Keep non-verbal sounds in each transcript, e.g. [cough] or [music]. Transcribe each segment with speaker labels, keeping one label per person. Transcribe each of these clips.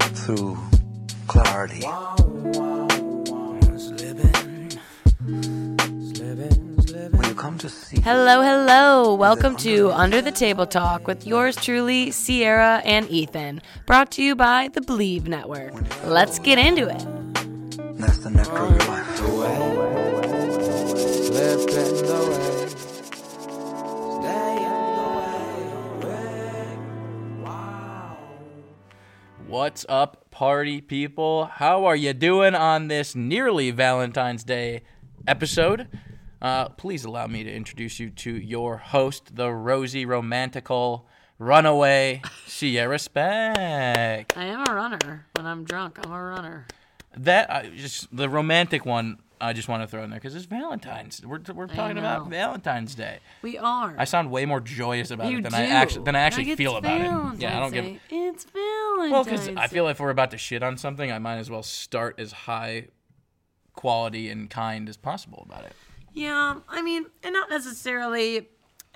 Speaker 1: through clarity. When you come to see
Speaker 2: Hello, hello. Welcome to Under the Table Talk with yours truly, Sierra and Ethan, brought to you by the Believe Network. Let's get into it.
Speaker 1: that's the nectar of your life.
Speaker 3: What's up, party people? How are you doing on this nearly Valentine's Day episode? Uh, please allow me to introduce you to your host, the rosy, romantical, runaway Sierra Speck.
Speaker 2: I am a runner. When I'm drunk, I'm a runner.
Speaker 3: That I just the romantic one. I just want to throw in there because it's Valentine's. We're, we're talking
Speaker 2: know.
Speaker 3: about Valentine's Day.
Speaker 2: We are.
Speaker 3: I sound way more joyous about
Speaker 2: you
Speaker 3: it than
Speaker 2: do.
Speaker 3: I actually than I actually
Speaker 2: Like, it's
Speaker 3: feel about it. Yeah, I don't
Speaker 2: Valentine's
Speaker 3: give.
Speaker 2: Day. It's Valentine's.
Speaker 3: Well, because I
Speaker 2: Day.
Speaker 3: feel if we're about to shit on something, I might as well start as high quality and kind as possible about it.
Speaker 2: Yeah, I mean, and not necessarily.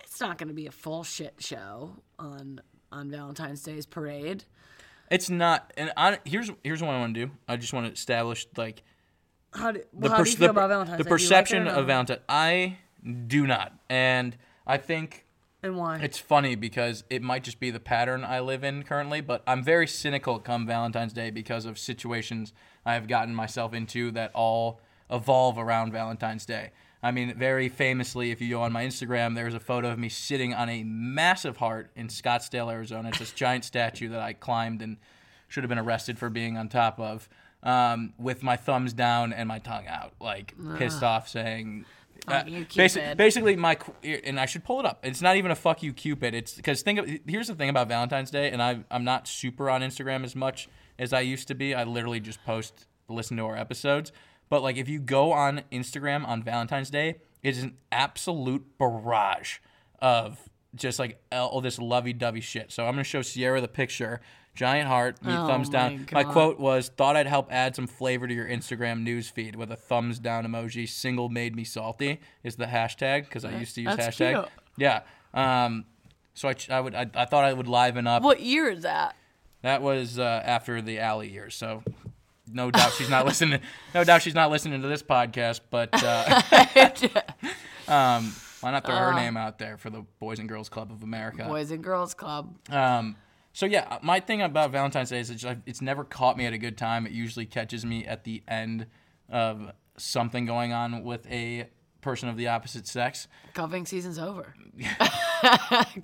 Speaker 2: It's not going to be a full shit show on on Valentine's Day's parade.
Speaker 3: It's not, and I, here's here's what I want to do. I just want to establish like
Speaker 2: How do,
Speaker 3: the,
Speaker 2: well, how do
Speaker 3: perc-
Speaker 2: you
Speaker 3: the-
Speaker 2: feel about Valentine's
Speaker 3: the
Speaker 2: Day? Do you like it or
Speaker 3: perception
Speaker 2: not?
Speaker 3: of Valentine. I do not, and I think
Speaker 2: And why?
Speaker 3: It's funny because it might just be the pattern I live in currently, but I'm very cynical come Valentine's Day because of situations I have gotten myself into that all evolve around Valentine's Day. I mean, very famously, if you go on my Instagram, there's a photo of me sitting on a massive heart in Scottsdale, Arizona. It's this giant statue that I climbed and should have been arrested for being on top of, um, with my thumbs down and my tongue out, like pissed off, saying, uh,
Speaker 2: Fuck you, Cupid.
Speaker 3: basically, my qu- and I should pull it up. It's not even a fuck you, Cupid. It's because think of, here's the thing about Valentine's Day, and I I'm not super on Instagram as much as I used to be. I literally just post, listen to our episodes. But like, if you go on Instagram on Valentine's Day, it is an absolute barrage of just like all this lovey-dovey shit. So I'm gonna show Sierra the picture. Giant heart, me
Speaker 2: Oh
Speaker 3: thumbs down.
Speaker 2: my
Speaker 3: My,
Speaker 2: God.
Speaker 3: quote was, "Thought I'd help add some flavor to your Instagram news feed with a thumbs down emoji." Single made me salty is the hashtag because I used to use
Speaker 2: that's
Speaker 3: hashtag.
Speaker 2: cute.
Speaker 3: Yeah. Um, so I, ch- I would I, I thought I would liven up.
Speaker 2: what year is that?
Speaker 3: That was uh, after the alley years, so no doubt she's not [laughs] listening. No doubt she's not listening to this podcast. But
Speaker 2: [laughs]
Speaker 3: uh, um, why not throw her
Speaker 2: Uh.
Speaker 3: name out there for the Boys and Girls Club of America?
Speaker 2: Boys and Girls Club.
Speaker 3: Um, so yeah, my thing about Valentine's Day is it's, just- it's never caught me at a good time. It usually catches me at the end of something going on with a person of the opposite sex.
Speaker 2: Cuffing season's over.
Speaker 3: [laughs]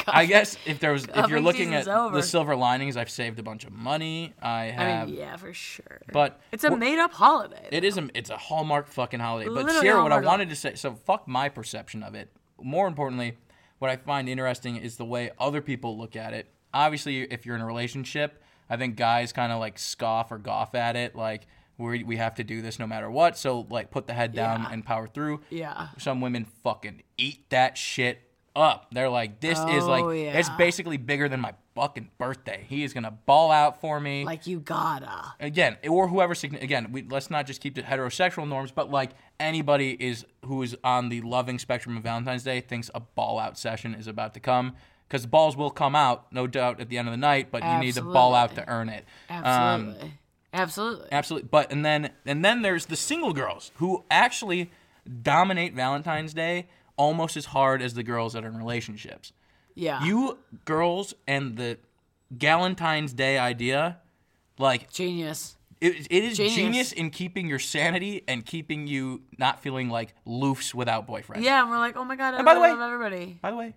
Speaker 3: I guess if there was, if you're
Speaker 2: Cuffing
Speaker 3: looking at
Speaker 2: season's over.
Speaker 3: the silver linings, I've saved a bunch of money. I have,
Speaker 2: I mean, yeah, for sure.
Speaker 3: but
Speaker 2: it's a
Speaker 3: wh-
Speaker 2: made up holiday.
Speaker 3: It is a it's a hallmark fucking holiday. But
Speaker 2: Literally
Speaker 3: Sierra, what I
Speaker 2: hallmark
Speaker 3: wanted to say, so fuck my perception of it. More importantly, what I find interesting is the way other people look at it. Obviously, if you're in a relationship, I think guys kind of like scoff or golf at it, like we we have to do this no matter what. So like put the head down
Speaker 2: Yeah.
Speaker 3: and power through.
Speaker 2: Yeah.
Speaker 3: Some women fucking eat that shit up. They're like, this is
Speaker 2: Oh,
Speaker 3: like it's
Speaker 2: yeah.
Speaker 3: basically bigger than my fucking birthday. He is gonna ball out for me
Speaker 2: like you gotta.
Speaker 3: again, or whoever, sign- again, we, let's not just keep to heterosexual norms, but like anybody is who is on the loving spectrum of Valentine's Day thinks a ball out session is about to come because the balls will come out, no doubt, at the end of the night, but you need to ball out to earn it. Um,
Speaker 2: Absolutely. Absolutely.
Speaker 3: absolutely. But and then and then there's the single girls who actually dominate Valentine's Day almost as hard as the girls that are in relationships.
Speaker 2: Yeah.
Speaker 3: You girls and the Galentine's Day idea, like
Speaker 2: genius.
Speaker 3: it, it is
Speaker 2: Genius.
Speaker 3: genius. in keeping your sanity and keeping you not feeling like loofs without boyfriends.
Speaker 2: Yeah, and we're like, oh my god, I
Speaker 3: by the
Speaker 2: love
Speaker 3: way-
Speaker 2: everybody.
Speaker 3: By the way,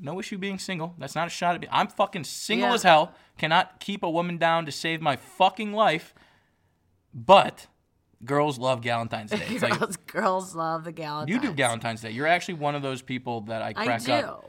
Speaker 3: no issue being single. That's not a shot at me. I'm fucking single
Speaker 2: Yeah.
Speaker 3: as hell. Cannot keep a woman down to save my fucking life. But girls love Galentine's Day.
Speaker 2: [laughs]
Speaker 3: It's like
Speaker 2: girls, girls love the Galentine's.
Speaker 3: you do Galentine's Day. You're actually one of those people that I
Speaker 2: I
Speaker 3: crack
Speaker 2: do.
Speaker 3: up.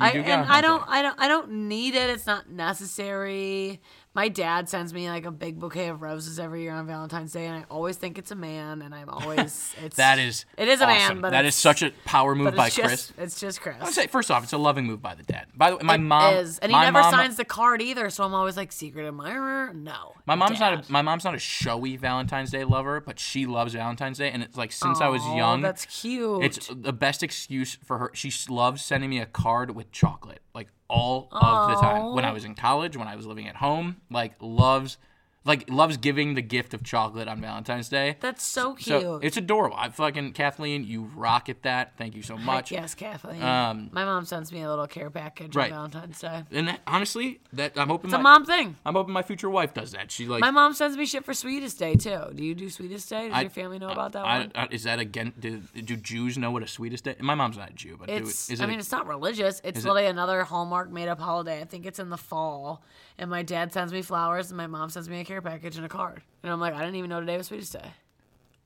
Speaker 2: I,
Speaker 3: do
Speaker 2: and I
Speaker 3: Galentine's
Speaker 2: don't
Speaker 3: Day.
Speaker 2: I don't I don't need it. It's not necessary. My dad sends me like a big bouquet of roses every year on Valentine's Day and I always think it's a man and
Speaker 3: [laughs]
Speaker 2: I'm always it's
Speaker 3: That is
Speaker 2: It is a
Speaker 3: awesome.
Speaker 2: man, but
Speaker 3: that
Speaker 2: it's,
Speaker 3: is such a power
Speaker 2: but
Speaker 3: move
Speaker 2: it's
Speaker 3: by
Speaker 2: just,
Speaker 3: Chris.
Speaker 2: It's just Chris.
Speaker 3: I would say first off, it's a loving move by the dad. By the way, my
Speaker 2: It
Speaker 3: mom
Speaker 2: is. and he
Speaker 3: my
Speaker 2: never
Speaker 3: mom-
Speaker 2: signs the card either. So I'm always like secret admirer. No,
Speaker 3: My mom's not
Speaker 2: Dad.
Speaker 3: a, my mom's not a showy Valentine's Day lover, but she loves Valentine's Day, and it's like since I was
Speaker 2: Aw,
Speaker 3: young,
Speaker 2: Oh, That's cute.
Speaker 3: it's the best excuse for her. She s- loves sending me a card with chocolate, like all of the time. When I was in college, when I was living at home, like loves like loves giving the gift of chocolate on Valentine's Day.
Speaker 2: That's so
Speaker 3: so
Speaker 2: cute.
Speaker 3: it's adorable. I fucking Kathleen, you rock at that. Thank you so
Speaker 2: Heck
Speaker 3: much.
Speaker 2: yes, Kathleen.
Speaker 3: Um,
Speaker 2: my mom sends me a little care package
Speaker 3: Right.
Speaker 2: on Valentine's Day.
Speaker 3: And that, honestly, that I'm hoping
Speaker 2: It's a
Speaker 3: my,
Speaker 2: mom thing.
Speaker 3: I'm hoping my future wife does that. She like
Speaker 2: My mom sends me shit for Sweetest Day too. Do you do Sweetest Day? Does
Speaker 3: I-
Speaker 2: your family know about that
Speaker 3: I-
Speaker 2: one?
Speaker 3: I- is that again? Do, do Jews know what a sweetest day? My mom's not a Jew, but do,
Speaker 2: It's.
Speaker 3: is it?
Speaker 2: I mean, it's not religious. It's
Speaker 3: it-
Speaker 2: really another Hallmark made up holiday. I think it's in the fall, and my dad sends me flowers, and my mom sends me a care package and a card. And I'm like, I didn't even know today was Sweetest Day.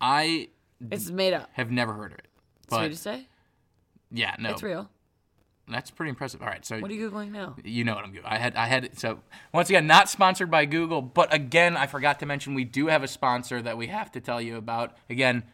Speaker 3: I
Speaker 2: It's made up.
Speaker 3: have never heard of it. But Oh.
Speaker 2: Sweetest Day.
Speaker 3: yeah, no,
Speaker 2: It's real.
Speaker 3: that's pretty impressive. All right, so
Speaker 2: What are you googling now?
Speaker 3: you know what I'm doing. I had I had so once again not sponsored by Google, but again I forgot to mention we do have a sponsor that we have to tell you about. Again,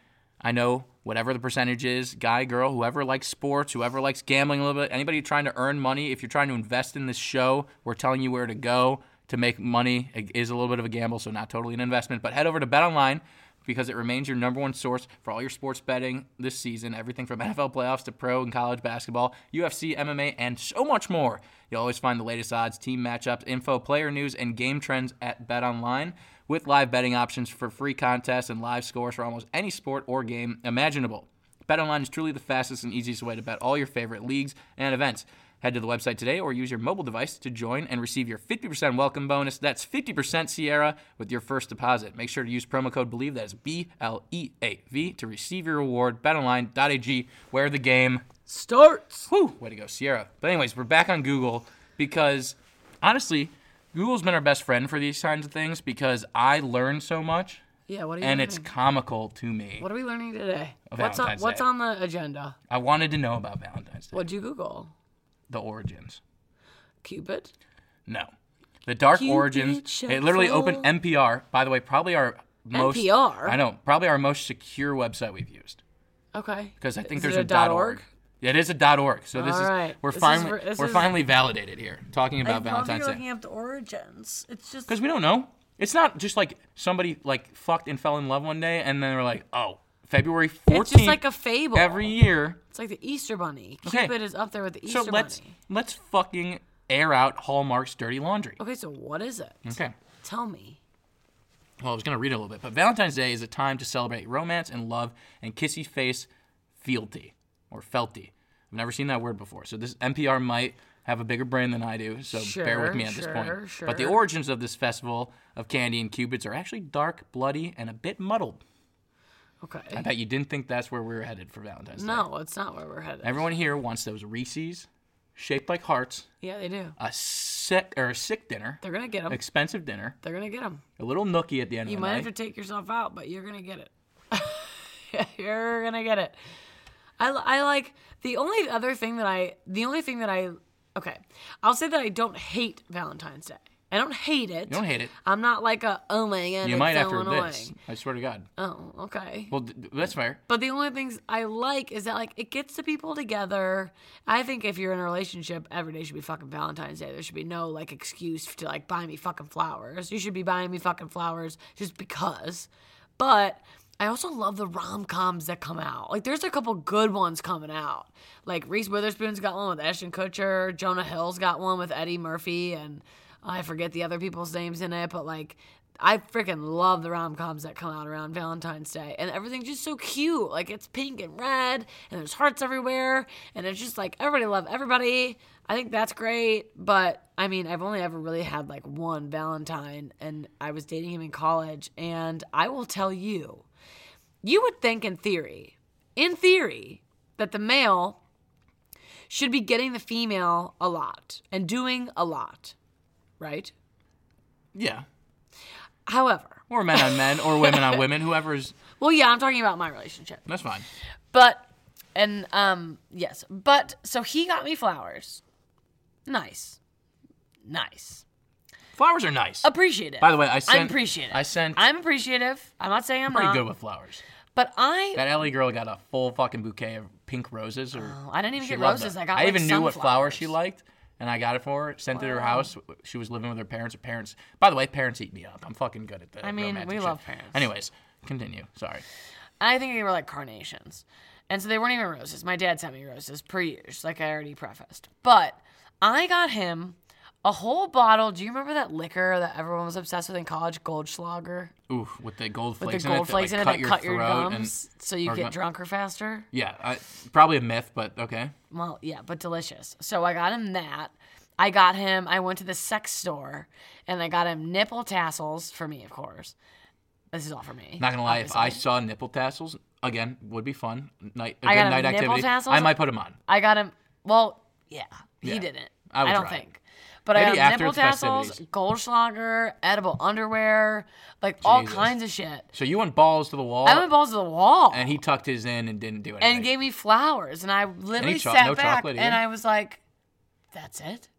Speaker 3: I know whatever the percentage is, guy, girl, whoever likes sports, whoever likes gambling a little bit, anybody trying to earn money, if you're trying to invest in this show, we're telling you where to go to make money. It is a little bit of a gamble, so not totally an investment, but head over to BetOnline because it remains your number one source for all your sports betting this season. Everything from NFL playoffs to pro and college basketball, UFC, MMA, and so much more. You'll always find the latest odds, team matchups, info, player news, and game trends at BetOnline. With live betting options for free contests and live scores for almost any sport or game imaginable. BetOnline is truly the fastest and easiest way to bet all your favorite leagues and events. Head to the website today or use your mobile device to join and receive your 50% welcome bonus. That's 50% Sierra with your first deposit. Make sure to use promo code BELIEVE, that is B L E A V, to receive your reward. BetOnline.ag, where the game
Speaker 2: Starts.
Speaker 3: Whew, way to go, Sierra. But anyways, we're back on Google because honestly, Google's been our best friend for these kinds of things because I learn so much
Speaker 2: Yeah. What are you?
Speaker 3: and it's
Speaker 2: learning?
Speaker 3: comical to me.
Speaker 2: What are we learning today? What's on
Speaker 3: Valentine's
Speaker 2: What's
Speaker 3: Day.
Speaker 2: on the agenda?
Speaker 3: I wanted to know about Valentine's Day.
Speaker 2: What'd you Google?
Speaker 3: The origins.
Speaker 2: Cupid.
Speaker 3: No. The dark
Speaker 2: Cupid
Speaker 3: origins.
Speaker 2: shot
Speaker 3: It literally
Speaker 2: full.
Speaker 3: opened NPR. By the way, probably our most
Speaker 2: NPR?
Speaker 3: I know, probably our most secure website we've used
Speaker 2: Okay.
Speaker 3: because I think
Speaker 2: Is
Speaker 3: there's
Speaker 2: it
Speaker 3: a dot .org. Yeah, It is a dot .org. So this
Speaker 2: All
Speaker 3: is
Speaker 2: right.
Speaker 3: we're
Speaker 2: This is
Speaker 3: finally
Speaker 2: ver- this
Speaker 3: we're
Speaker 2: is-
Speaker 3: finally validated here talking about Valentine's Day.
Speaker 2: up the origins. It's just
Speaker 3: Because we don't know. It's not just like somebody like fucked and fell in love one day and then we're like, oh, February 14th.
Speaker 2: it's just like a fable.
Speaker 3: every year.
Speaker 2: it's like the Easter Bunny.
Speaker 3: Okay.
Speaker 2: Cupid is up there with the Easter
Speaker 3: so let's
Speaker 2: Bunny.
Speaker 3: let's fucking air out Hallmark's dirty laundry.
Speaker 2: Okay, so what is it?
Speaker 3: Okay.
Speaker 2: Tell me.
Speaker 3: Well, I was gonna read it a little bit, but Valentine's Day is a time to celebrate romance and love and kissy face fealty or felty. I've never seen that word before, so this NPR might have a bigger brain than I do, so bear with
Speaker 2: Sure,
Speaker 3: me at this
Speaker 2: sure,
Speaker 3: point. But the
Speaker 2: sure.
Speaker 3: origins of this festival of candy and cupids are actually dark, bloody, and a bit muddled. I
Speaker 2: Okay.
Speaker 3: bet you didn't think that's where we were headed for Valentine's Day.
Speaker 2: No, it's not where we're headed.
Speaker 3: Everyone here wants those Reese's, shaped like hearts,
Speaker 2: yeah, they do.
Speaker 3: a sick or a sick dinner,
Speaker 2: They're gonna get them.
Speaker 3: expensive dinner,
Speaker 2: They're gonna get them.
Speaker 3: a little nookie at the end
Speaker 2: You
Speaker 3: of the
Speaker 2: might
Speaker 3: night.
Speaker 2: have to take yourself out, but you're gonna get it. [laughs] you're gonna get it. I, li- I like the only other thing that I the only thing that I okay I'll say that I don't hate Valentine's Day. I don't hate it.
Speaker 3: you don't hate it.
Speaker 2: I'm not like a oh my god.
Speaker 3: You
Speaker 2: it's
Speaker 3: might
Speaker 2: so
Speaker 3: after
Speaker 2: annoying.
Speaker 3: this. I swear to God.
Speaker 2: Oh, okay.
Speaker 3: Well, th- th- that's fair.
Speaker 2: But the only things I like is that like it gets the people together. I think if you're in a relationship, every day should be fucking Valentine's Day. There should be no like excuse to like buy me fucking flowers. You should be buying me fucking flowers just because. But I also love the rom coms that come out. Like there's a couple good ones coming out. Like Reese Witherspoon's got one with Ashton Kutcher. Jonah Hill's got one with Eddie Murphy, and I forget the other people's names in it. But like I freaking love the rom coms that come out around Valentine's Day, and everything's just so cute. Like it's pink and red, and there's hearts everywhere, and it's just like everybody love everybody. I think that's great, but I mean, I've only ever really had like one Valentine, and I was dating him in college, and I will tell you, you would think in theory, in theory, that the male should be getting the female a lot and doing a lot, right?
Speaker 3: Yeah.
Speaker 2: However,
Speaker 3: Or men on men, or women on women, whoever's.
Speaker 2: well, yeah, I'm talking about my relationship.
Speaker 3: That's fine.
Speaker 2: But and um yes, but so he got me flowers. Nice. Nice.
Speaker 3: Flowers are nice.
Speaker 2: Appreciative.
Speaker 3: By the way, I
Speaker 2: I'm
Speaker 3: sent-
Speaker 2: appreciative.
Speaker 3: I sent-
Speaker 2: I'm appreciative. I'm not saying I'm
Speaker 3: Pretty
Speaker 2: not.
Speaker 3: good with flowers.
Speaker 2: But I
Speaker 3: That LA girl got a full fucking bouquet of pink roses. Or
Speaker 2: Oh, I didn't even
Speaker 3: she
Speaker 2: get
Speaker 3: loved
Speaker 2: roses.
Speaker 3: it.
Speaker 2: I got.
Speaker 3: I
Speaker 2: like,
Speaker 3: even knew what flower
Speaker 2: sunflowers.
Speaker 3: she liked, and I got it for her. Sent it to her house. She was living with her parents. Her parents. By the way, parents eat me up. I'm fucking good at that. I
Speaker 2: mean, we love parents.
Speaker 3: Anyways, continue. Sorry.
Speaker 2: I think they were like carnations. And so they weren't even roses. My dad sent me roses per years, like I already prefaced. But I got him A whole bottle. Do you remember that liquor that everyone was obsessed with in college? Goldschlager.
Speaker 3: Oof, with the gold
Speaker 2: With the
Speaker 3: flakes in
Speaker 2: gold flakes
Speaker 3: it
Speaker 2: in it
Speaker 3: that,
Speaker 2: that
Speaker 3: like,
Speaker 2: cut your,
Speaker 3: throat and-
Speaker 2: gums so you
Speaker 3: or
Speaker 2: get
Speaker 3: gut-
Speaker 2: drunker faster.
Speaker 3: yeah, I, probably a myth, but okay.
Speaker 2: Well, yeah, but delicious. So I got him that. I got him, I went to the sex store and I got him nipple tassels for me, of course. This is all for me.
Speaker 3: Not gonna lie, if I
Speaker 2: obviously.
Speaker 3: saw nipple tassels again, would be fun. Night, a
Speaker 2: I got
Speaker 3: good
Speaker 2: a
Speaker 3: night
Speaker 2: nipple
Speaker 3: activity.
Speaker 2: tassels?
Speaker 3: I might put them on.
Speaker 2: I got him, well, yeah, he
Speaker 3: Yeah,
Speaker 2: didn't.
Speaker 3: I
Speaker 2: I,
Speaker 3: would
Speaker 2: don't
Speaker 3: try it.
Speaker 2: think. But
Speaker 3: Maybe
Speaker 2: I got
Speaker 3: after
Speaker 2: nipple
Speaker 3: the
Speaker 2: tassels,
Speaker 3: festivities.
Speaker 2: Goldschlager, edible underwear, like all
Speaker 3: Jesus.
Speaker 2: kinds of shit.
Speaker 3: So you went balls to the wall,
Speaker 2: I went balls to the wall.
Speaker 3: and he tucked his in and didn't do anything.
Speaker 2: and gave me flowers, and I literally
Speaker 3: cho-
Speaker 2: sat
Speaker 3: no
Speaker 2: back
Speaker 3: chocolate
Speaker 2: and
Speaker 3: either?
Speaker 2: I was like, "That's it."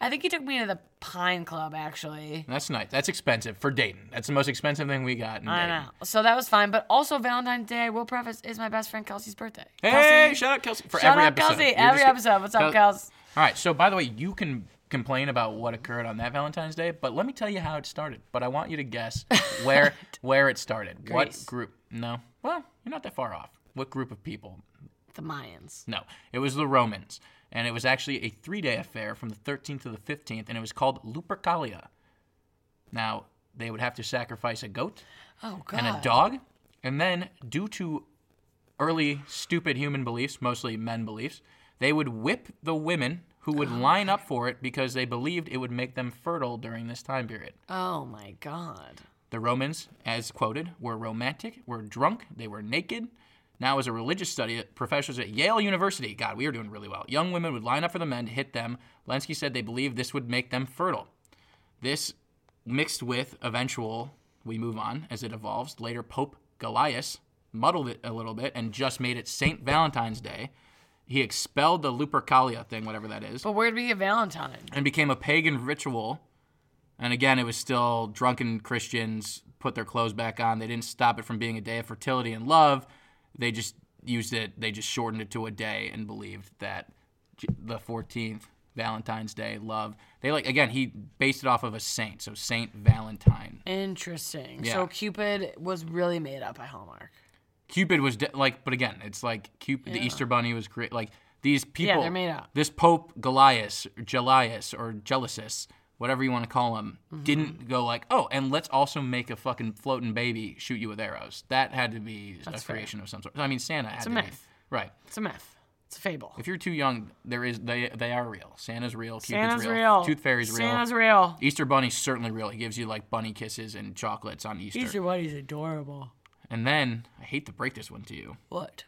Speaker 2: I think he took me to the Pine Club actually.
Speaker 3: That's nice. That's expensive for Dayton. That's the most expensive thing we got. In
Speaker 2: I
Speaker 3: Dayton.
Speaker 2: know, so that was fine. But also Valentine's Day, I will preface, is my best friend Kelsey's birthday.
Speaker 3: Hey,
Speaker 2: Kelsey,
Speaker 3: shout out Kelsey for
Speaker 2: shout
Speaker 3: every
Speaker 2: out
Speaker 3: episode.
Speaker 2: Kelsey,
Speaker 3: You're
Speaker 2: every
Speaker 3: just-
Speaker 2: episode. What's up,
Speaker 3: Kel-
Speaker 2: Kels?
Speaker 3: All right. So by the way, you can complain about what occurred on that Valentine's Day, but let me tell you how it started. But I want you to
Speaker 2: [laughs]
Speaker 3: guess where where it started.
Speaker 2: Greece.
Speaker 3: What group? No. Well, you're not that far off. What group of people?
Speaker 2: The Mayans.
Speaker 3: No. It was the Romans, and it was actually a three-day affair from the 13th to the 15th, and it was called Lupercalia. Now they would have to sacrifice a goat
Speaker 2: Oh God.
Speaker 3: and a dog. And then, due to early stupid human beliefs, mostly men beliefs, they would whip the women who would line up for it because they believed it would make them fertile during this time period.
Speaker 2: Oh my God.
Speaker 3: The Romans, as quoted, were romantic, were drunk, they were naked. Now, as a religious study, professors at Yale University, God, we are doing really well. Young women would line up for the men to hit them. Lenski said they believed this would make them fertile. This mixed with eventual, we move on as it evolves. Later, Pope Gallias muddled it a little bit and just made it St. Valentine's Day. He expelled the Lupercalia thing, whatever that is
Speaker 2: But where'd we get Valentine?
Speaker 3: and became a pagan ritual. And again, it was still drunken Christians put their clothes back on. They didn't stop it from being a day of fertility and love. They just used it, they just shortened it to a day and believed that J- the 14th, Valentine's Day, love. They like, again, he based it off of a saint. So Saint Valentine.
Speaker 2: Interesting.
Speaker 3: Yeah.
Speaker 2: So Cupid was really made up by Hallmark.
Speaker 3: Cupid was de- like, but again, it's like Cupid, the Easter Bunny was great. Like these people,
Speaker 2: they're made up.
Speaker 3: This Pope Goliath, Gelias, or Gelisis, whatever you want to call him,
Speaker 2: Mm-hmm.
Speaker 3: didn't go like, oh, and let's also make a fucking floating baby shoot you with arrows. That had to be a
Speaker 2: fair.
Speaker 3: creation of some sort. I mean, Santa had
Speaker 2: a
Speaker 3: to be
Speaker 2: myth.
Speaker 3: right.
Speaker 2: It's a myth. It's a fable.
Speaker 3: If you're too young, there is they they are real. Santa's real. Cupid's
Speaker 2: Santa's
Speaker 3: real.
Speaker 2: real.
Speaker 3: Tooth Fairy's real.
Speaker 2: Santa's real.
Speaker 3: Easter Bunny's certainly real. He gives you like bunny kisses and chocolates on Easter.
Speaker 2: Easter Bunny's adorable.
Speaker 3: And then I hate to break this one to you.
Speaker 2: What?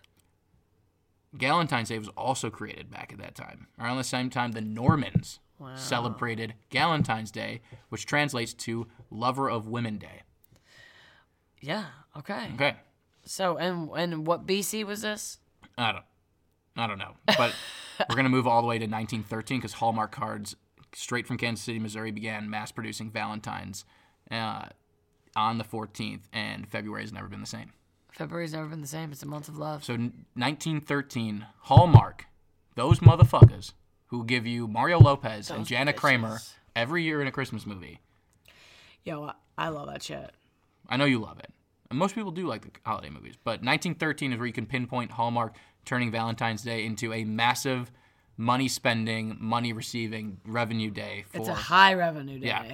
Speaker 3: Galentine's Day was also created back at that time. Around the same time, the Normans celebrated Galentine's Day, which translates to Lover of Women Day.
Speaker 2: Yeah. Okay.
Speaker 3: Okay,
Speaker 2: So and and what BC was this?
Speaker 3: I don't, I don't know, but we're gonna move all the way to 1913 because Hallmark cards, straight from Kansas City, Missouri, began mass producing Valentines uh, on the 14th, and February has never been the same.
Speaker 2: February's never been the same. It's a month of love.
Speaker 3: So n- 1913, Hallmark, those motherfuckers who give you Mario Lopez and
Speaker 2: Those
Speaker 3: Jana
Speaker 2: bitches.
Speaker 3: Kramer every year in a Christmas movie.
Speaker 2: Yo, I, I love that shit.
Speaker 3: I know you love it. And most people do like the holiday movies, but 1913 is where you can pinpoint Hallmark turning Valentine's Day into a massive money spending, money receiving revenue day for
Speaker 2: It's a high revenue day.
Speaker 3: Yeah.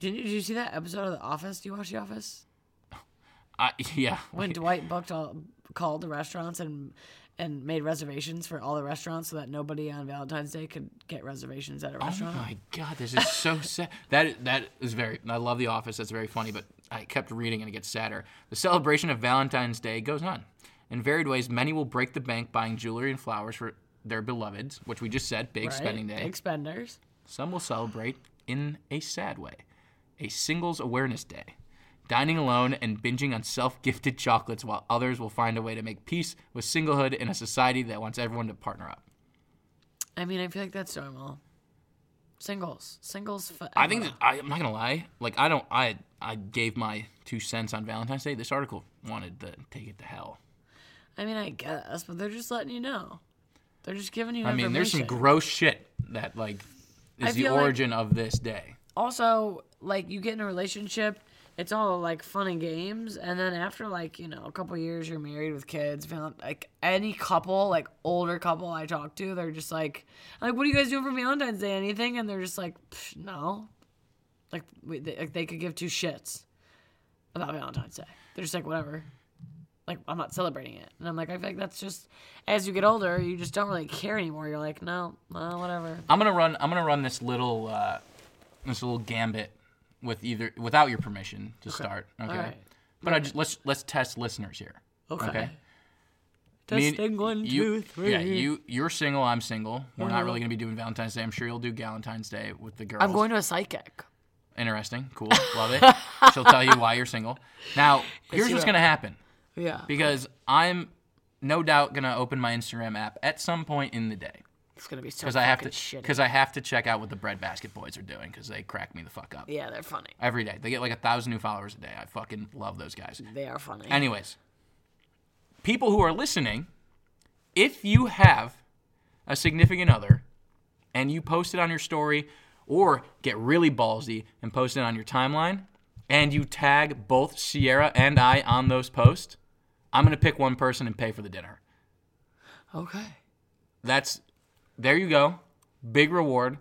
Speaker 2: Did you, did you see that episode of The Office? Do you watch The Office?
Speaker 3: I- [laughs] yeah.
Speaker 2: When Dwight booked all, called the restaurants and and made reservations for all the restaurants so that nobody on Valentine's Day could get reservations at a
Speaker 3: Oh
Speaker 2: restaurant.
Speaker 3: my god, this is so [laughs] sad. That that is very. I love The Office. That's very funny, but I kept reading and it gets sadder. The celebration of Valentine's Day goes on in varied ways. Many will break the bank buying jewelry and flowers for their beloveds, which we just said, big
Speaker 2: right?
Speaker 3: spending day.
Speaker 2: Big spenders.
Speaker 3: Some will celebrate in a sad way, a singles awareness day, dining alone and binging on self gifted chocolates, while others will find a way to make peace with singlehood in a society that wants everyone to partner up.
Speaker 2: I mean, I feel like that's normal. Singles, singles. Forever.
Speaker 3: I think that, I, I'm not gonna lie. Like I don't. I I gave my two cents on Valentine's Day. This article wanted to take it to hell.
Speaker 2: I mean, I guess, but they're just letting you know. They're just giving you.
Speaker 3: I mean, there's some
Speaker 2: information.
Speaker 3: gross shit that like
Speaker 2: I
Speaker 3: is the
Speaker 2: feel like-
Speaker 3: origin of this day.
Speaker 2: also like you get in a relationship it's all like fun and games and then after like you know a couple years you're married with kids val- like any couple like older couple i talk to they're just like like what are you guys doing for valentine's day anything and they're just like "Psh, no like, we, they, like they could give two shits about valentine's day they're just like whatever like i'm not celebrating it and i'm like i feel like that's just as you get older you just don't really care anymore you're like no no whatever
Speaker 3: I'm gonna run. I'm gonna run this little uh, this little gambit with either without your permission to start. Okay.
Speaker 2: right.
Speaker 3: But I just let's let's test listeners here.
Speaker 2: okay,
Speaker 3: Okay. Me and-
Speaker 2: testing one, two, three. Uh-huh.
Speaker 3: you, Yeah, you you're single. I'm single. We're not really gonna be doing Valentine's Day. I'm sure you'll do Valentine's Day with the girls.
Speaker 2: i'm going to a psychic
Speaker 3: Interesting. Cool. Love it. She'll tell you why you're single. Now here's what's gonna happen
Speaker 2: yeah
Speaker 3: because I'm no doubt gonna open my Instagram app at some point in the day.
Speaker 2: It's gonna be so
Speaker 3: Because I have to, because I have to check out what the Breadbasket Boys are doing, because they crack me the fuck up.
Speaker 2: yeah, they're funny.
Speaker 3: every day. They get like a thousand new followers a day. I fucking love those guys.
Speaker 2: They are funny.
Speaker 3: Anyways, people who are listening, if you have a significant other and you post it on your story or get really ballsy and post it on your timeline and you tag both Sierra and I on those posts, I'm going to pick one person and pay for the dinner.
Speaker 2: okay.
Speaker 3: That's there you go. Big reward.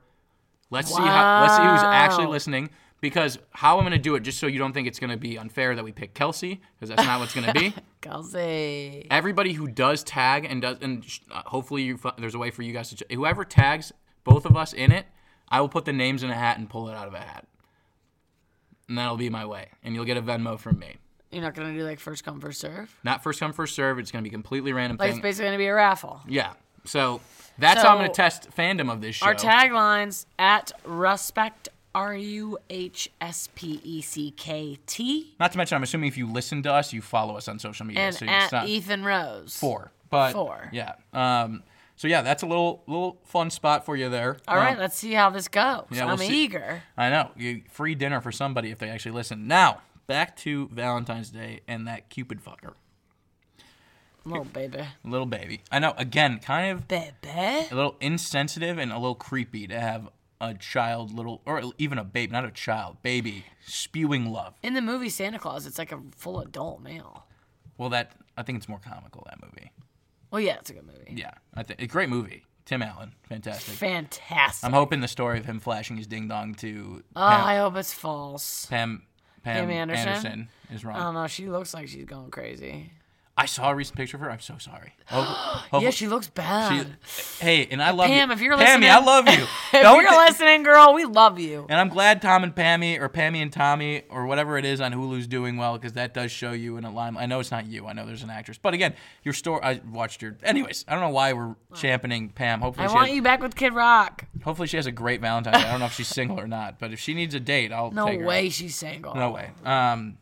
Speaker 3: Let's see how let's see who's actually
Speaker 2: Wow.
Speaker 3: listening because how I'm going to do it just so you don't think it's going to be unfair that we pick Kelsey because that's not what's going to be.
Speaker 2: Kelsey.
Speaker 3: Everybody who does tag and does and sh- uh, hopefully you fi- there's a way for you guys to ch- whoever tags both of us in it, I will put the names in a hat and pull it out of a hat. And that'll be my way. And you'll get a Venmo from me.
Speaker 2: You're not gonna do like first come first serve.
Speaker 3: Not first come first serve, it's going to be completely random
Speaker 2: Like
Speaker 3: thing.
Speaker 2: it's basically gonna be a raffle.
Speaker 3: yeah. So that's how I'm going
Speaker 2: So-
Speaker 3: to test fandom of this show.
Speaker 2: Our taglines at respect R U H S P E C K T
Speaker 3: Not to mention, I'm assuming if you listen to us, you follow us on social media.
Speaker 2: and
Speaker 3: so it's
Speaker 2: at
Speaker 3: not
Speaker 2: Ethan Rose.
Speaker 3: four, but
Speaker 2: Four.
Speaker 3: Yeah. Um. So yeah, that's a little little fun spot for you there. Um,
Speaker 2: All right, let's see how this goes.
Speaker 3: Oh. yeah,
Speaker 2: I'm
Speaker 3: we'll see.
Speaker 2: eager.
Speaker 3: I know. You, free dinner for somebody if they actually listen. Now back to Valentine's Day and that Cupid fucker,
Speaker 2: Little baby.
Speaker 3: little baby. I know. Again, kind of
Speaker 2: Baby.
Speaker 3: a little insensitive and a little creepy to have a child, little or even a baby, not a child, baby spewing love.
Speaker 2: In the movie Santa Claus, it's like a full adult male.
Speaker 3: Well, that I think it's more comical that movie.
Speaker 2: Well, yeah, it's a good movie.
Speaker 3: Yeah, I think a great movie. Tim Allen, fantastic.
Speaker 2: Fantastic.
Speaker 3: I'm hoping the story of him flashing his ding dong to
Speaker 2: oh, I
Speaker 3: Pam,
Speaker 2: hope it's false.
Speaker 3: Pam, Pam
Speaker 2: Pam Anderson? Um,
Speaker 3: Anderson. is wrong.
Speaker 2: I don't know. She looks like she's going crazy.
Speaker 3: I saw a recent picture of her. I'm so
Speaker 2: [gasps]
Speaker 3: sorry. Ho- ho-
Speaker 2: Yeah, she looks bad.
Speaker 3: she- hey, and I love
Speaker 2: Pam,
Speaker 3: you.
Speaker 2: if you're
Speaker 3: Pammy,
Speaker 2: listening-
Speaker 3: I love you.
Speaker 2: [laughs] if
Speaker 3: Don't
Speaker 2: you're
Speaker 3: thi-
Speaker 2: listening, girl, we love you.
Speaker 3: And I'm glad Tom and Pammy or Pammy and Tommy or whatever it is on Hulu's doing well because that does show you in a lime. I know it's not you. I know there's an actress, but again, your story. I watched your. Anyways, I don't know why we're championing Pam. Hopefully,
Speaker 2: I
Speaker 3: she
Speaker 2: want
Speaker 3: has,
Speaker 2: you back with Kid Rock.
Speaker 3: hopefully she has a great Valentine's. Day. I don't know if she's single or not, but if she needs a date, I'll
Speaker 2: No
Speaker 3: take her.
Speaker 2: way she's single.
Speaker 3: No way. Um,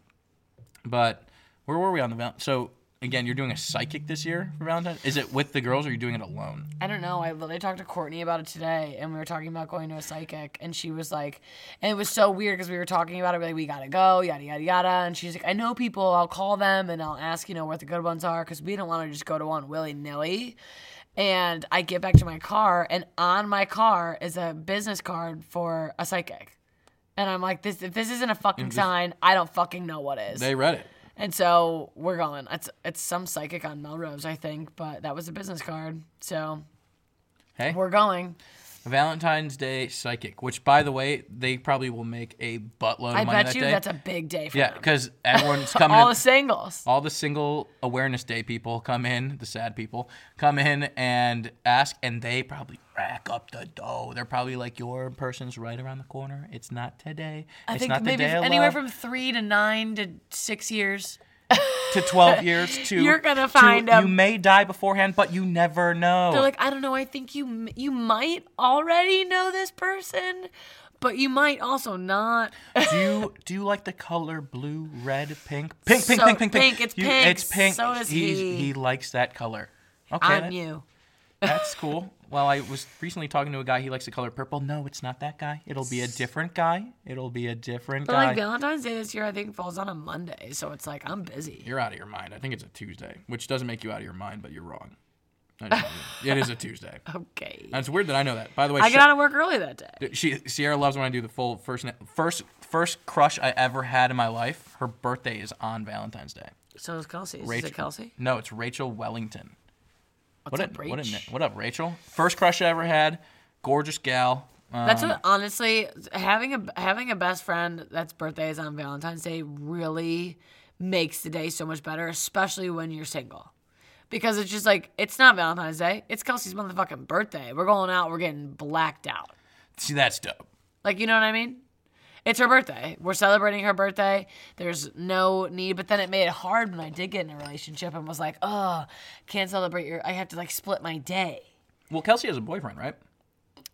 Speaker 3: but where were we on the val- so again? You're doing a psychic this year for Valentine's. Is it with the girls or are you doing it alone?
Speaker 2: I don't know. I literally talked to Courtney about it today, and we were talking about going to a psychic, and she was like, and it was so weird because we were talking about it. We're like, we gotta go, yada yada yada. And she's like, I know people. I'll call them and I'll ask, you know, what the good ones are, because we don't want to just go to one willy nilly. And I get back to my car, and on my car is a business card for a psychic. And I'm like, this if this isn't a fucking sign, I don't fucking know what is.
Speaker 3: They read it.
Speaker 2: And so we're going. It's it's some psychic on Melrose, I think, but that was a business card. So
Speaker 3: Hey,
Speaker 2: we're going.
Speaker 3: Valentine's Day psychic. Which, by the way, they probably will make a buttload of
Speaker 2: I
Speaker 3: money
Speaker 2: bet
Speaker 3: that
Speaker 2: you
Speaker 3: day.
Speaker 2: that's a big day for
Speaker 3: yeah,
Speaker 2: them. [laughs]
Speaker 3: because everyone's coming.
Speaker 2: All
Speaker 3: in-
Speaker 2: the singles.
Speaker 3: all the single awareness day people come in, the sad people come in and ask, and they probably rack up the dough. They're probably like, "Your person's right around the corner. It's not today.
Speaker 2: I
Speaker 3: it's
Speaker 2: think
Speaker 3: not the
Speaker 2: maybe
Speaker 3: day of
Speaker 2: anywhere
Speaker 3: love."
Speaker 2: from three to nine to six years.
Speaker 3: to
Speaker 2: [laughs]
Speaker 3: 12 years to
Speaker 2: You're gonna
Speaker 3: to-
Speaker 2: find a-
Speaker 3: you may die beforehand but you never know
Speaker 2: They're like, I don't know. I think you m- you might already know this person, but you might also not.
Speaker 3: do you do you like the color blue red pink pink pink
Speaker 2: So-
Speaker 3: pink pink
Speaker 2: pink, it's
Speaker 3: You-
Speaker 2: pink,
Speaker 3: it's pink
Speaker 2: so does
Speaker 3: He's-
Speaker 2: he.
Speaker 3: he likes that color okay
Speaker 2: I'm
Speaker 3: that-
Speaker 2: you.
Speaker 3: that's cool well i was recently talking to a guy he likes the color purple no it's not that guy it'll be a different guy it'll be a different
Speaker 2: But
Speaker 3: guy
Speaker 2: like Valentine's Day this year, I think falls on a Monday, so it's like I'm busy.
Speaker 3: you're out of your mind i think it's a tuesday which doesn't make you out of your mind but you're wrong I just [laughs] know it is a Tuesday.
Speaker 2: Okay.
Speaker 3: And it's weird that I know that. By the way,
Speaker 2: I
Speaker 3: Sha-
Speaker 2: got out of work early that day.
Speaker 3: she, Sierra loves when I do the full first na- first first crush I ever had in my life. Her birthday is on Valentine's Day.
Speaker 2: So is Kelsey's. Is it Kelsey?
Speaker 3: No, it's Rachel Wellington.
Speaker 2: What's
Speaker 3: What
Speaker 2: up,
Speaker 3: up, what, a,
Speaker 2: Rach?
Speaker 3: na- what up, Rachel? First crush I ever had. Gorgeous gal. Uh,
Speaker 2: That's what honestly having a having a best friend that's birthday is on Valentine's Day really makes the day so much better, especially when you're single. Because it's just like it's not Valentine's Day. It's Kelsey's motherfucking birthday. We're going out, we're getting blacked out.
Speaker 3: see, that's dope.
Speaker 2: Like you know what I mean? It's her birthday. We're celebrating her birthday. There's no need, but then it made it hard when I did get in a relationship and was like, "Oh, can't celebrate your I have to like split my day."
Speaker 3: Well, Kelsey has a boyfriend, right?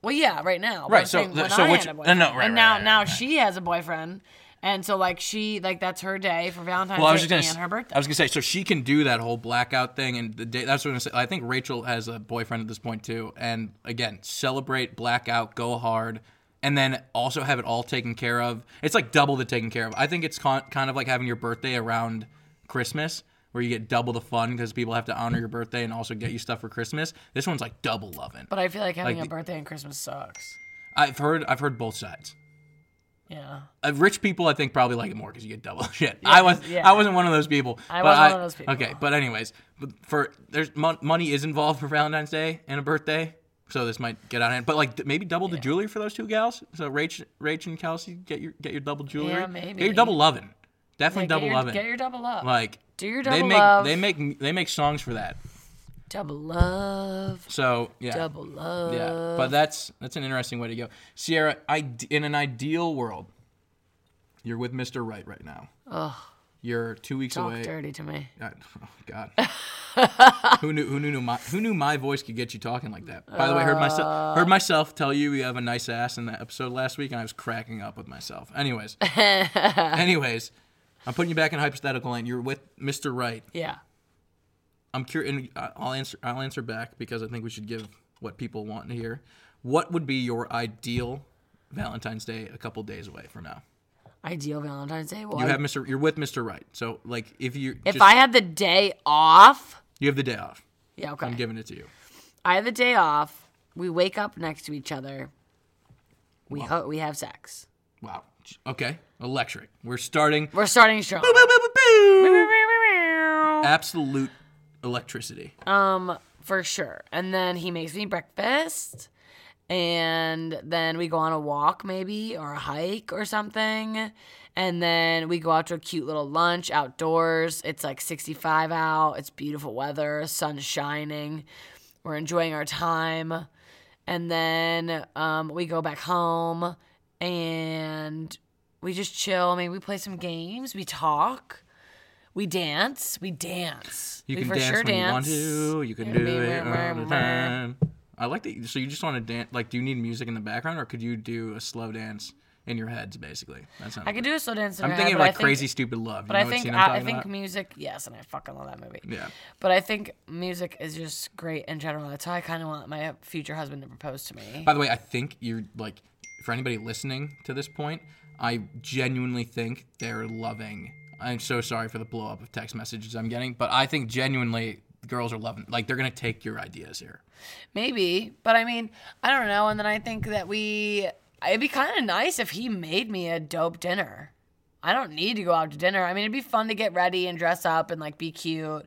Speaker 2: Well, yeah, right now. but
Speaker 3: Right,
Speaker 2: I'm
Speaker 3: so
Speaker 2: saying
Speaker 3: the-
Speaker 2: when
Speaker 3: so
Speaker 2: I had
Speaker 3: which- no,
Speaker 2: a
Speaker 3: no,
Speaker 2: boyfriend.
Speaker 3: right,
Speaker 2: And
Speaker 3: right,
Speaker 2: now,
Speaker 3: right,
Speaker 2: now
Speaker 3: right.
Speaker 2: she has a boyfriend, and so like she, like that's her day for Valentine's
Speaker 3: Well, I was
Speaker 2: Day
Speaker 3: just gonna. s-
Speaker 2: and her birthday.
Speaker 3: I was gonna say, so she can do that whole blackout thing, and the day. That's what I'm gonna say. I think Rachel has a boyfriend at this point too, and again, celebrate blackout, go hard, and then also have it all taken care of. It's like double the taken care of. I think it's con- kind of like having your birthday around Christmas, where you get double the fun because people have to honor your birthday and also get you stuff for Christmas. This one's like double loving.
Speaker 2: but I feel like having
Speaker 3: like
Speaker 2: a birthday and Christmas sucks.
Speaker 3: I've heard, I've heard both sides.
Speaker 2: Yeah,
Speaker 3: Uh, rich people, I think, probably like it more because you get double [laughs] shit. I was,
Speaker 2: yeah.
Speaker 3: I wasn't one of those people.
Speaker 2: I
Speaker 3: but
Speaker 2: wasn't one of those people.
Speaker 3: Okay, but anyways, but for there's mon- money is involved for Valentine's Day and a birthday, so this might get out of hand. But like d- maybe double the jewelry for those two gals. So Rach, Rach and Kelsey, get your get your double jewelry. Get
Speaker 2: maybe.
Speaker 3: your double loving. Definitely
Speaker 2: Like,
Speaker 3: double
Speaker 2: get your,
Speaker 3: loving.
Speaker 2: Get your double love.
Speaker 3: like
Speaker 2: Do your
Speaker 3: they
Speaker 2: double
Speaker 3: make
Speaker 2: love.
Speaker 3: they make they make songs for that.
Speaker 2: double love,
Speaker 3: So yeah.
Speaker 2: double love.
Speaker 3: Yeah, but that's that's an interesting way to go. Sierra, I, in an ideal world, you're with Mr. Right right now. Ugh. You're two weeks
Speaker 2: Talk
Speaker 3: away.
Speaker 2: dirty to me.
Speaker 3: God, oh God. who knew? Who knew? My who knew my voice could get you talking like that? By the way, heard myself heard myself tell you you have a nice ass in that episode last week, and I was cracking up with myself. Anyways, anyways, I'm putting you back in hypothetical land. You're with Mr. Right.
Speaker 2: Yeah.
Speaker 3: I'm curious. I'll answer. I'll answer back because I think we should give what people want to hear. What would be your ideal Valentine's Day a couple days away from now?
Speaker 2: Ideal Valentine's Day. Well,
Speaker 3: You
Speaker 2: I-
Speaker 3: have Mr. You're with Mr. Right, so like if you
Speaker 2: if
Speaker 3: just-
Speaker 2: I had the day off,
Speaker 3: you have the day off,
Speaker 2: yeah, okay.
Speaker 3: I'm giving it to you.
Speaker 2: I have the day off. We wake up next to each other. We ho- we have sex.
Speaker 3: Wow. Okay. Electric. We're starting.
Speaker 2: We're starting strong.
Speaker 3: Boo, boo, boo, boo. Absolute electricity.
Speaker 2: Um, for sure. And then he makes me breakfast, and then we go on a walk, maybe, or a hike or something. And then we go out to a cute little lunch outdoors. It's like 65 out. It's beautiful weather. Sun's shining. We're enjoying our time. And then um, we go back home and we just chill. I mean, we play some games. We talk. We dance. We dance.
Speaker 3: You
Speaker 2: we
Speaker 3: can
Speaker 2: for
Speaker 3: dance
Speaker 2: sure
Speaker 3: when you want
Speaker 2: dance.
Speaker 3: to. You can
Speaker 2: Yeah,
Speaker 3: do
Speaker 2: me-
Speaker 3: it
Speaker 2: me-
Speaker 3: all
Speaker 2: me-
Speaker 3: the
Speaker 2: me.
Speaker 3: time. I like that. So you just want to dance? Like, do you need music in the background, or could you do a slow dance in your heads, basically? That sounds.
Speaker 2: I could do a slow dance. In
Speaker 3: I'm
Speaker 2: her
Speaker 3: thinking
Speaker 2: head,
Speaker 3: of
Speaker 2: but I
Speaker 3: like
Speaker 2: think-
Speaker 3: crazy, stupid love. You
Speaker 2: But
Speaker 3: know
Speaker 2: I
Speaker 3: what
Speaker 2: think
Speaker 3: scene I'm
Speaker 2: I, I
Speaker 3: talking
Speaker 2: think
Speaker 3: about?
Speaker 2: music. Yes, and I fucking love that movie.
Speaker 3: Yeah.
Speaker 2: But I think music is just great in general. That's how I kind of want my future husband to propose to me.
Speaker 3: By the way, I think you're like, for anybody listening to this point, I genuinely think they're loving. I'm so sorry for the blow up of text messages I'm getting, but I think genuinely girls are loving. Like they're gonna take your ideas here.
Speaker 2: Maybe, but I mean, I don't know. And then I think that we, it'd be kind of nice if he made me a dope dinner. I don't need to go out to dinner. I mean, it'd be fun to get ready and dress up and like be cute.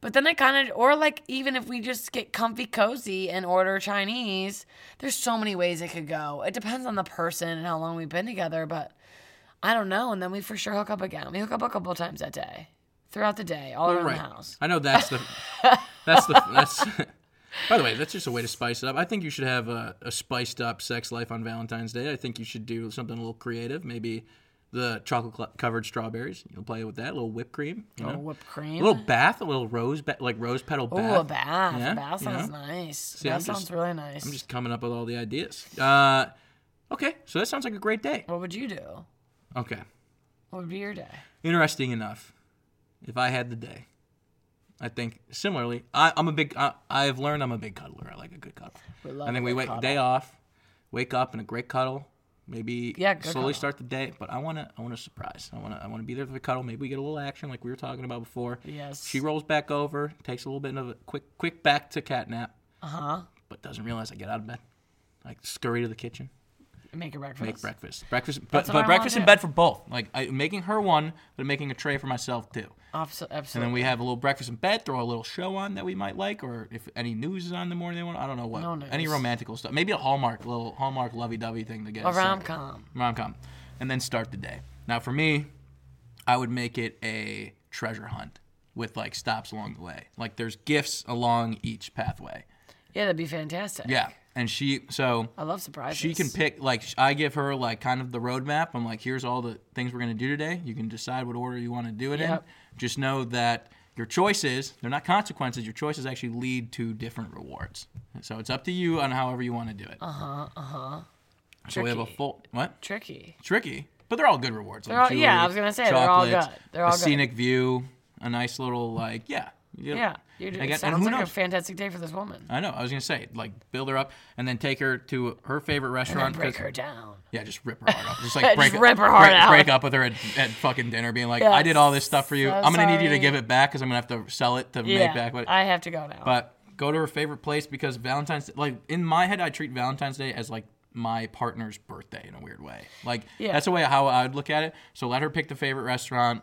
Speaker 2: But then I kind of, or like even if we just get comfy cozy and order Chinese, there's so many ways it could go. It depends on the person and how long we've been together, but I don't know. And then we for sure hook up again. We hook up a couple times that day, throughout the day, all around
Speaker 3: Right.
Speaker 2: the house.
Speaker 3: I know that's
Speaker 2: [laughs]
Speaker 3: the. that's the. That's. [laughs] By the way, that's just a way to spice it up. I think you should have a, a spiced up sex life on Valentine's Day. I think you should do something a little creative. Maybe the chocolate cl- covered strawberries. You'll play with that. A little whipped cream. You know?
Speaker 2: Or whipped cream.
Speaker 3: A little bath, a little rose, ba- like rose petal bath.
Speaker 2: Oh, Ooh, a bath.
Speaker 3: Yeah,
Speaker 2: a bath
Speaker 3: you
Speaker 2: sounds
Speaker 3: know?
Speaker 2: nice.
Speaker 3: I'm
Speaker 2: that
Speaker 3: just-
Speaker 2: sounds really nice.
Speaker 3: I'm just coming up with all the ideas. Uh, okay, so that sounds like a great day.
Speaker 2: What would you do?
Speaker 3: Okay,
Speaker 2: What would be your day?
Speaker 3: interesting enough. If I had the day, I think similarly. I, I'm a big. I, I've learned I'm a big cuddler. I like a good cuddle.
Speaker 2: We love
Speaker 3: I think
Speaker 2: a
Speaker 3: we
Speaker 2: good
Speaker 3: wait
Speaker 2: cuddle.
Speaker 3: day off, wake up in a great cuddle, Maybe
Speaker 2: Yeah, go
Speaker 3: slowly
Speaker 2: cuddle.
Speaker 3: start the day, but I wanna I want a surprise. I wanna I wanna be there for the cuddle. Maybe we get a little action like we were talking about before.
Speaker 2: Yes.
Speaker 3: She rolls back over, takes a little bit of a quick quick back to cat nap,
Speaker 2: Uh huh.
Speaker 3: but doesn't realize I get out of bed. I scurry to the kitchen,
Speaker 2: Make her breakfast.
Speaker 3: make breakfast. Breakfast but,
Speaker 2: That's what I
Speaker 3: but
Speaker 2: wanna
Speaker 3: breakfast in
Speaker 2: do.
Speaker 3: bed for both. Like I, making her one, but making a tray for myself too.
Speaker 2: Abso-
Speaker 3: And then
Speaker 2: Absolutely.
Speaker 3: we have a little breakfast in bed, throw a little show on that we might like, or if any news is on in the morning they want. I don't know what.
Speaker 2: No news.
Speaker 3: Any romantical stuff. Maybe a Hallmark, little Hallmark lovey dovey thing to get.
Speaker 2: A
Speaker 3: us started.
Speaker 2: rom com.
Speaker 3: Rom com. And then start the day. Now, for me, I would make it a treasure hunt with like stops along the way. Like there's gifts along each pathway.
Speaker 2: Yeah, that'd be fantastic.
Speaker 3: Yeah. And she, so
Speaker 2: I love surprises.
Speaker 3: she can pick like sh- i give her like kind of the roadmap i'm like here's all the things we're going to do today you can decide what order you want to do it
Speaker 2: Yep.
Speaker 3: in just know that your choices they're not consequences your choices actually lead to different rewards so it's up to you on however you want to do it uh-huh uh-huh so we have a
Speaker 2: Tricky.
Speaker 3: full what
Speaker 2: Tricky.
Speaker 3: tricky but they're all good rewards like
Speaker 2: They're all- yeah, I
Speaker 3: jewelry,
Speaker 2: was gonna say, they're all
Speaker 3: chocolates,
Speaker 2: good. They're all
Speaker 3: a
Speaker 2: good.
Speaker 3: scenic view a nice little like yeah you know,
Speaker 2: Yeah. You're,
Speaker 3: again,
Speaker 2: it
Speaker 3: and
Speaker 2: sounds
Speaker 3: who
Speaker 2: like a
Speaker 3: knows?
Speaker 2: fantastic day for this woman.
Speaker 3: I know. I was gonna say, like, build her up and then take her to her favorite
Speaker 2: And then
Speaker 3: restaurant. 'cause-
Speaker 2: break her down.
Speaker 3: yeah, just rip her heart out.
Speaker 2: [laughs]
Speaker 3: Just like break,
Speaker 2: Just rip her heart
Speaker 3: break,
Speaker 2: out.
Speaker 3: break up with her at, at fucking dinner, being like, "I did all this stuff for you.
Speaker 2: so
Speaker 3: I'm gonna need you to
Speaker 2: sorry."
Speaker 3: give it back because I'm gonna have to sell it to
Speaker 2: Yeah.
Speaker 3: make back." What,
Speaker 2: I have to go now.
Speaker 3: but go to her favorite place because Valentine's, like in my head, I treat Valentine's Day as like my partner's birthday in a weird way. Like
Speaker 2: Yeah.
Speaker 3: that's the way how I would look at it. So let her pick the favorite restaurant,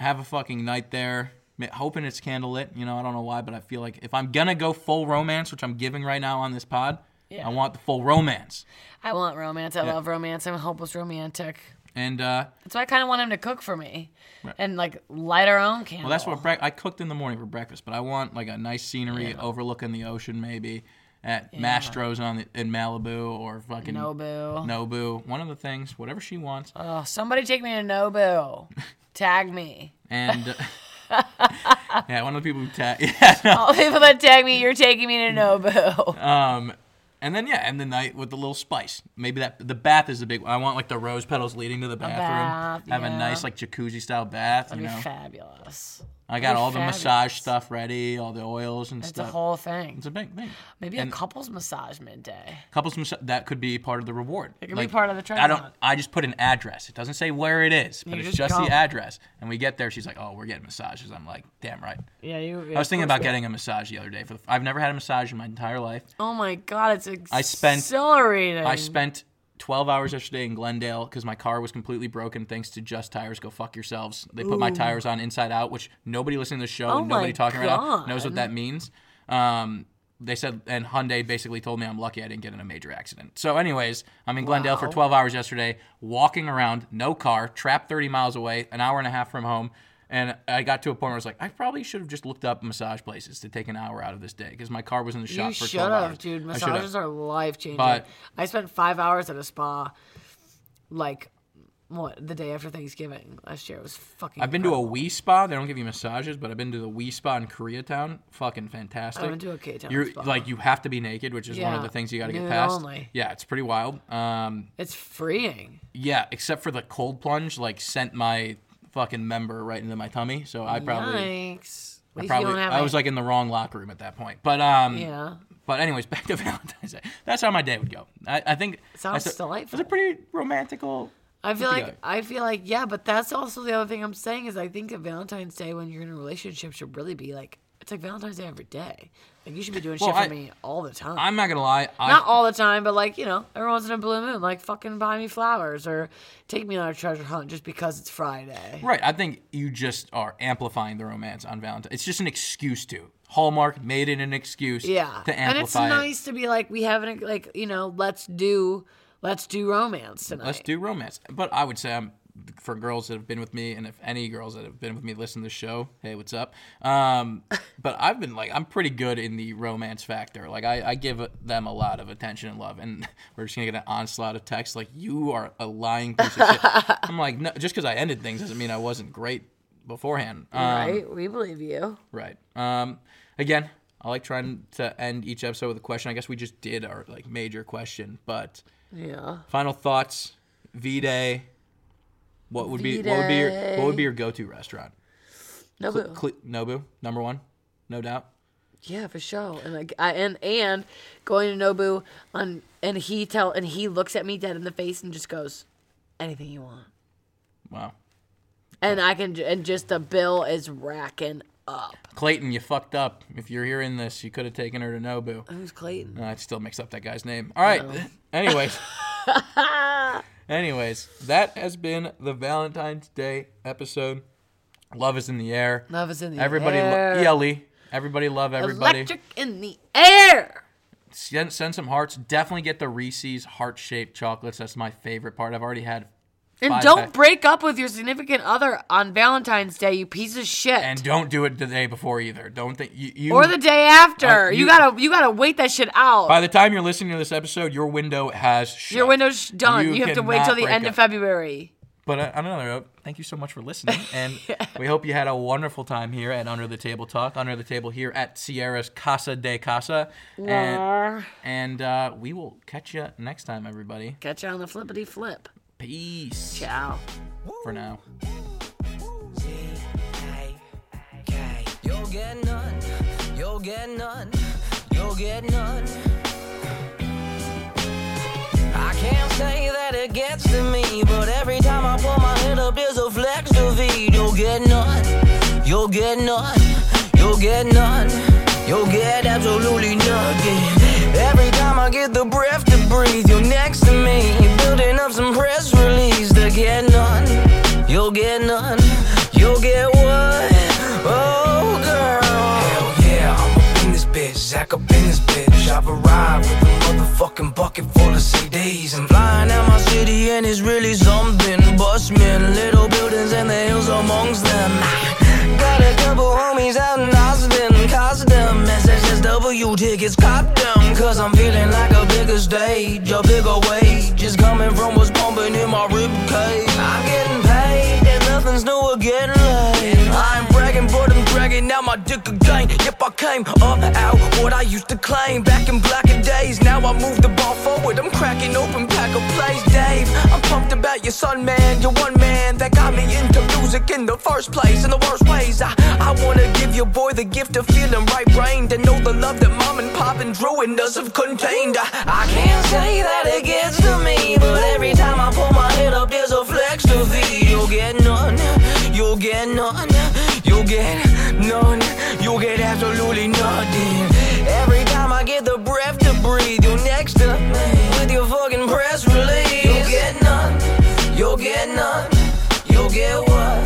Speaker 3: have a fucking night there. ma- Hoping it's candlelit, you know. I don't know why, but I feel like if I'm gonna go full romance, which I'm giving right now on this pod,
Speaker 2: Yeah.
Speaker 3: I want the full romance.
Speaker 2: I want romance. I love romance. I'm a hopeless romantic.
Speaker 3: And uh,
Speaker 2: That's why I kind of want him to cook for me and like light our own candle.
Speaker 3: Well, that's what bre- I cooked in the morning for breakfast, but I want like a nice scenery overlooking the ocean, maybe at Mastro's on the, in Malibu or fucking [laughs]
Speaker 2: Nobu.
Speaker 3: Nobu, one of the things, whatever she wants.
Speaker 2: Oh, somebody take me to Nobu.
Speaker 3: [laughs]
Speaker 2: Tag me.
Speaker 3: And
Speaker 2: [laughs]
Speaker 3: uh, yeah, one of the people who ta- [laughs] yeah, no.
Speaker 2: All the [laughs] people that tag me, you're taking me to
Speaker 3: [laughs]
Speaker 2: Nobu.
Speaker 3: and then yeah, end the night with a little spice. Maybe that the bath is the big one. I want like the rose petals leading to the bathroom.
Speaker 2: bath,
Speaker 3: Have a
Speaker 2: yeah.
Speaker 3: nice like jacuzzi style bath.
Speaker 2: That'd
Speaker 3: you
Speaker 2: be
Speaker 3: know,
Speaker 2: fabulous.
Speaker 3: I got
Speaker 2: be
Speaker 3: all
Speaker 2: fabulous.
Speaker 3: the massage stuff ready, all the oils and
Speaker 2: It's a
Speaker 3: stuff.
Speaker 2: whole thing.
Speaker 3: it's a big thing.
Speaker 2: Maybe
Speaker 3: and-
Speaker 2: a couples massage midday.
Speaker 3: couples from that could be part of the reward. It
Speaker 2: could be part of the treasure
Speaker 3: I don't.
Speaker 2: hunt.
Speaker 3: I just put an address. It doesn't say where it is, but
Speaker 2: You
Speaker 3: it's
Speaker 2: just
Speaker 3: just
Speaker 2: come.
Speaker 3: the address. And we get there. She's like, "Oh, we're getting massages." I'm like, "Damn right."
Speaker 2: Yeah, you.
Speaker 3: I was thinking about getting a massage the other day. For the, I've never had a massage in my entire life.
Speaker 2: Oh my god, it's ex-
Speaker 3: I spent-
Speaker 2: Accelerating.
Speaker 3: I spent 12 hours yesterday in Glendale because my car was completely broken thanks to Just Tires. Go fuck yourselves. They put my tires on inside out, which nobody listening to the show
Speaker 2: Oh
Speaker 3: and nobody
Speaker 2: my
Speaker 3: talking right now knows
Speaker 2: God.
Speaker 3: what that means. Um, they said, and Hyundai basically told me I'm lucky I didn't get in a major accident. So, anyways, I'm in Glendale for
Speaker 2: Wow.
Speaker 3: 12 hours yesterday, walking around, no car, trapped 30 miles away, an hour and a half from home. And I got to a point where I was like, I probably should have just looked up massage places to take an hour out of this day because my car was in the shop
Speaker 2: You
Speaker 3: for
Speaker 2: should
Speaker 3: 12 hours.
Speaker 2: have, dude.
Speaker 3: I should have.
Speaker 2: Massages are life changing.
Speaker 3: But-
Speaker 2: I spent five hours at a spa, like, what the day after Thanksgiving last year. It was fucking.
Speaker 3: I've been to a Wii spa. They don't give you massages, but I've been to the Wii spa in Koreatown. Fucking fantastic.
Speaker 2: I've been to a K-Town
Speaker 3: You're
Speaker 2: spa.
Speaker 3: like you have to be naked, which is one of
Speaker 2: Yeah.
Speaker 3: the things you got to get
Speaker 2: Nude
Speaker 3: past.
Speaker 2: only.
Speaker 3: Yeah, it's pretty wild. Um,
Speaker 2: It's freeing.
Speaker 3: yeah, except for the cold plunge, like sent my fucking member right into my tummy. So I probably,
Speaker 2: Yikes. At
Speaker 3: I
Speaker 2: least
Speaker 3: probably,
Speaker 2: you don't have
Speaker 3: I was like in the wrong locker room at that point. But um,
Speaker 2: yeah.
Speaker 3: But anyways, [laughs] back to Valentine's Day. That's how my day would go. I, I think
Speaker 2: Sounds
Speaker 3: that's a-
Speaker 2: delightful.
Speaker 3: It's a pretty romantical.
Speaker 2: I feel
Speaker 3: put
Speaker 2: like
Speaker 3: together.
Speaker 2: I feel like yeah, but that's also the other thing I'm saying is I think that Valentine's Day when you're in a relationship should really be like it's like Valentine's Day every day. Like you should be doing
Speaker 3: Well,
Speaker 2: shit for
Speaker 3: I-
Speaker 2: me all the time.
Speaker 3: I'm not gonna lie. I,
Speaker 2: Not all the time, but like you know, every once in a blue moon, like fucking buy me flowers or take me on a treasure hunt just because it's Friday.
Speaker 3: Right. I think you just are amplifying the romance on Valentine. It's just an excuse to. Hallmark made it an excuse
Speaker 2: Yeah,
Speaker 3: to
Speaker 2: and it's
Speaker 3: amplify it.
Speaker 2: nice to be like we haven't like you know let's do let's do romance tonight.
Speaker 3: Let's do romance. But I would say I'm for girls that have been with me and if any girls that have been with me listen to the show, hey, what's up?
Speaker 2: [laughs]
Speaker 3: Um, but I've been like I'm pretty good in the romance factor. Like I, I give them a lot of attention and love and [laughs] we're just gonna get an onslaught of texts like you are a lying piece
Speaker 2: [laughs]
Speaker 3: of shit. I'm like, no just because I ended things doesn't mean I wasn't great beforehand. Um,
Speaker 2: right, we believe you.
Speaker 3: Right. Um, again, I like trying to end each episode with a question. I guess we just did our like major question, but
Speaker 2: Yeah.
Speaker 3: final thoughts. V Day. What would be what would be your what would be your go to restaurant?
Speaker 2: No,
Speaker 3: Cl-
Speaker 2: boo.
Speaker 3: Cl- Nobu, number one, no doubt.
Speaker 2: Yeah, for sure. And like, I, and and going to Nobu on and he tell and he looks at me dead in the face and just goes, anything you want.
Speaker 3: Wow.
Speaker 2: And I can ju- and just the bill is racking up.
Speaker 3: Clayton, you fucked up. If you're hearing this, you could have taken her to Nobu.
Speaker 2: Who's Clayton?
Speaker 3: No, I'd still mix up that guy's name. All right. [laughs] Anyways. Anyways, that has been the Valentine's Day episode. Love is in the air.
Speaker 2: Love is in the
Speaker 3: Everybody,
Speaker 2: air.
Speaker 3: lo- yelly. Everybody love everybody.
Speaker 2: Electric in the air.
Speaker 3: Send, send some hearts. Definitely get the Reese's heart shaped chocolates. That's my favorite part. I've already had.
Speaker 2: And
Speaker 3: five
Speaker 2: don't
Speaker 3: pack-
Speaker 2: break up with your significant other on Valentine's Day, you piece of shit.
Speaker 3: And don't do it the day before either. Don't think you. you
Speaker 2: or the day after.
Speaker 3: Uh,
Speaker 2: you,
Speaker 3: you-
Speaker 2: gotta you gotta wait that shit out.
Speaker 3: by the time you're listening to this episode, your window has shut.
Speaker 2: Your window's sh- done. You, have to wait
Speaker 3: cannot
Speaker 2: till the
Speaker 3: break
Speaker 2: end of
Speaker 3: up.
Speaker 2: February.
Speaker 3: But uh, on another note, thank you so much for
Speaker 2: [laughs]
Speaker 3: listening, and we hope you had a wonderful time here at Under the Table Talk, Under the Table here at Sierra's Casa de Casa, and, and uh, we will catch you next time, everybody.
Speaker 2: Catch you on the flippity flip.
Speaker 3: Peace
Speaker 2: Ciao.
Speaker 3: for now.
Speaker 4: You'll get none. You'll get none. You'll get none. I can't say that it gets to me, but every time I pull my head up, there's a flex to feed. You'll get none. You'll get none. You'll get none. You'll get absolutely nothing. Every time I get the breath to breathe, you're next to me, building up some press release. To get none. You'll get none. You'll get what? Oh, girl.
Speaker 5: Hell yeah, I'm up in this bitch, Zach up in this bitch. I've arrived with a motherfucking bucket full of CDs.
Speaker 4: I'm flying out my city and it's really something. Bushmen, little buildings and the hills amongst them. Got a couple homies out in Austin, cost them SSSW tickets, cop them. Cause I'm feeling like a bigger stage, a bigger wage. Just coming from what's pumping in my ribcage. I'm getting paid and nothing's new or getting laid. I'm bragging for them, dragging out my dick again. Yep, I came up out what I used to claim back in blacker days. Now I move the ball forward. I'm cracking open pack of plays, Dave. I'm pumped about your son, man. You're one man that got me into music in the first place, in the worst ways. I, I wanna give your boy the gift of feeling right brained and know the love that mom and pop and Drew and us have contained. I, I can't say that it gets to me, but every time I pull my head up, there's a flex to feed. You'll get none, you'll get none, you'll get none, you'll get absolutely nothing. Every time I get the breath to breathe, you're next to me with your fucking press release. You'll get none, you'll get none, you'll get what?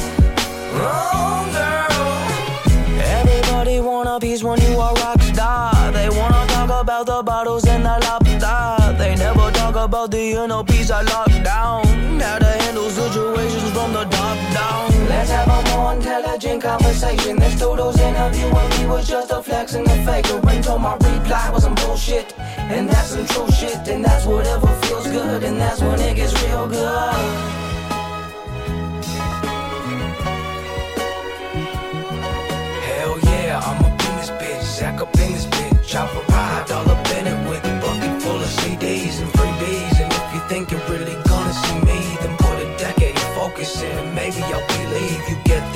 Speaker 4: Wrong girl. Everybody want a piece when you are rock star. They wanna talk about the bottles and the lobster. They never talk about the inner piece I locked down. How to handle situations from the top down. Let's have a more intelligent conversation. This Toto's interview with me was just a flex and a faker. And told my reply was some bullshit. And that's some true shit. And that's whatever feels good. And that's when it gets real good.
Speaker 5: Hell yeah, I'm up in this bitch, Zach up in this bitch. I've arrived all up in it with a bucket full of CDs and freebies. And if you think you're really gonna see me, then put a decade of focus in. And maybe I'll believe you get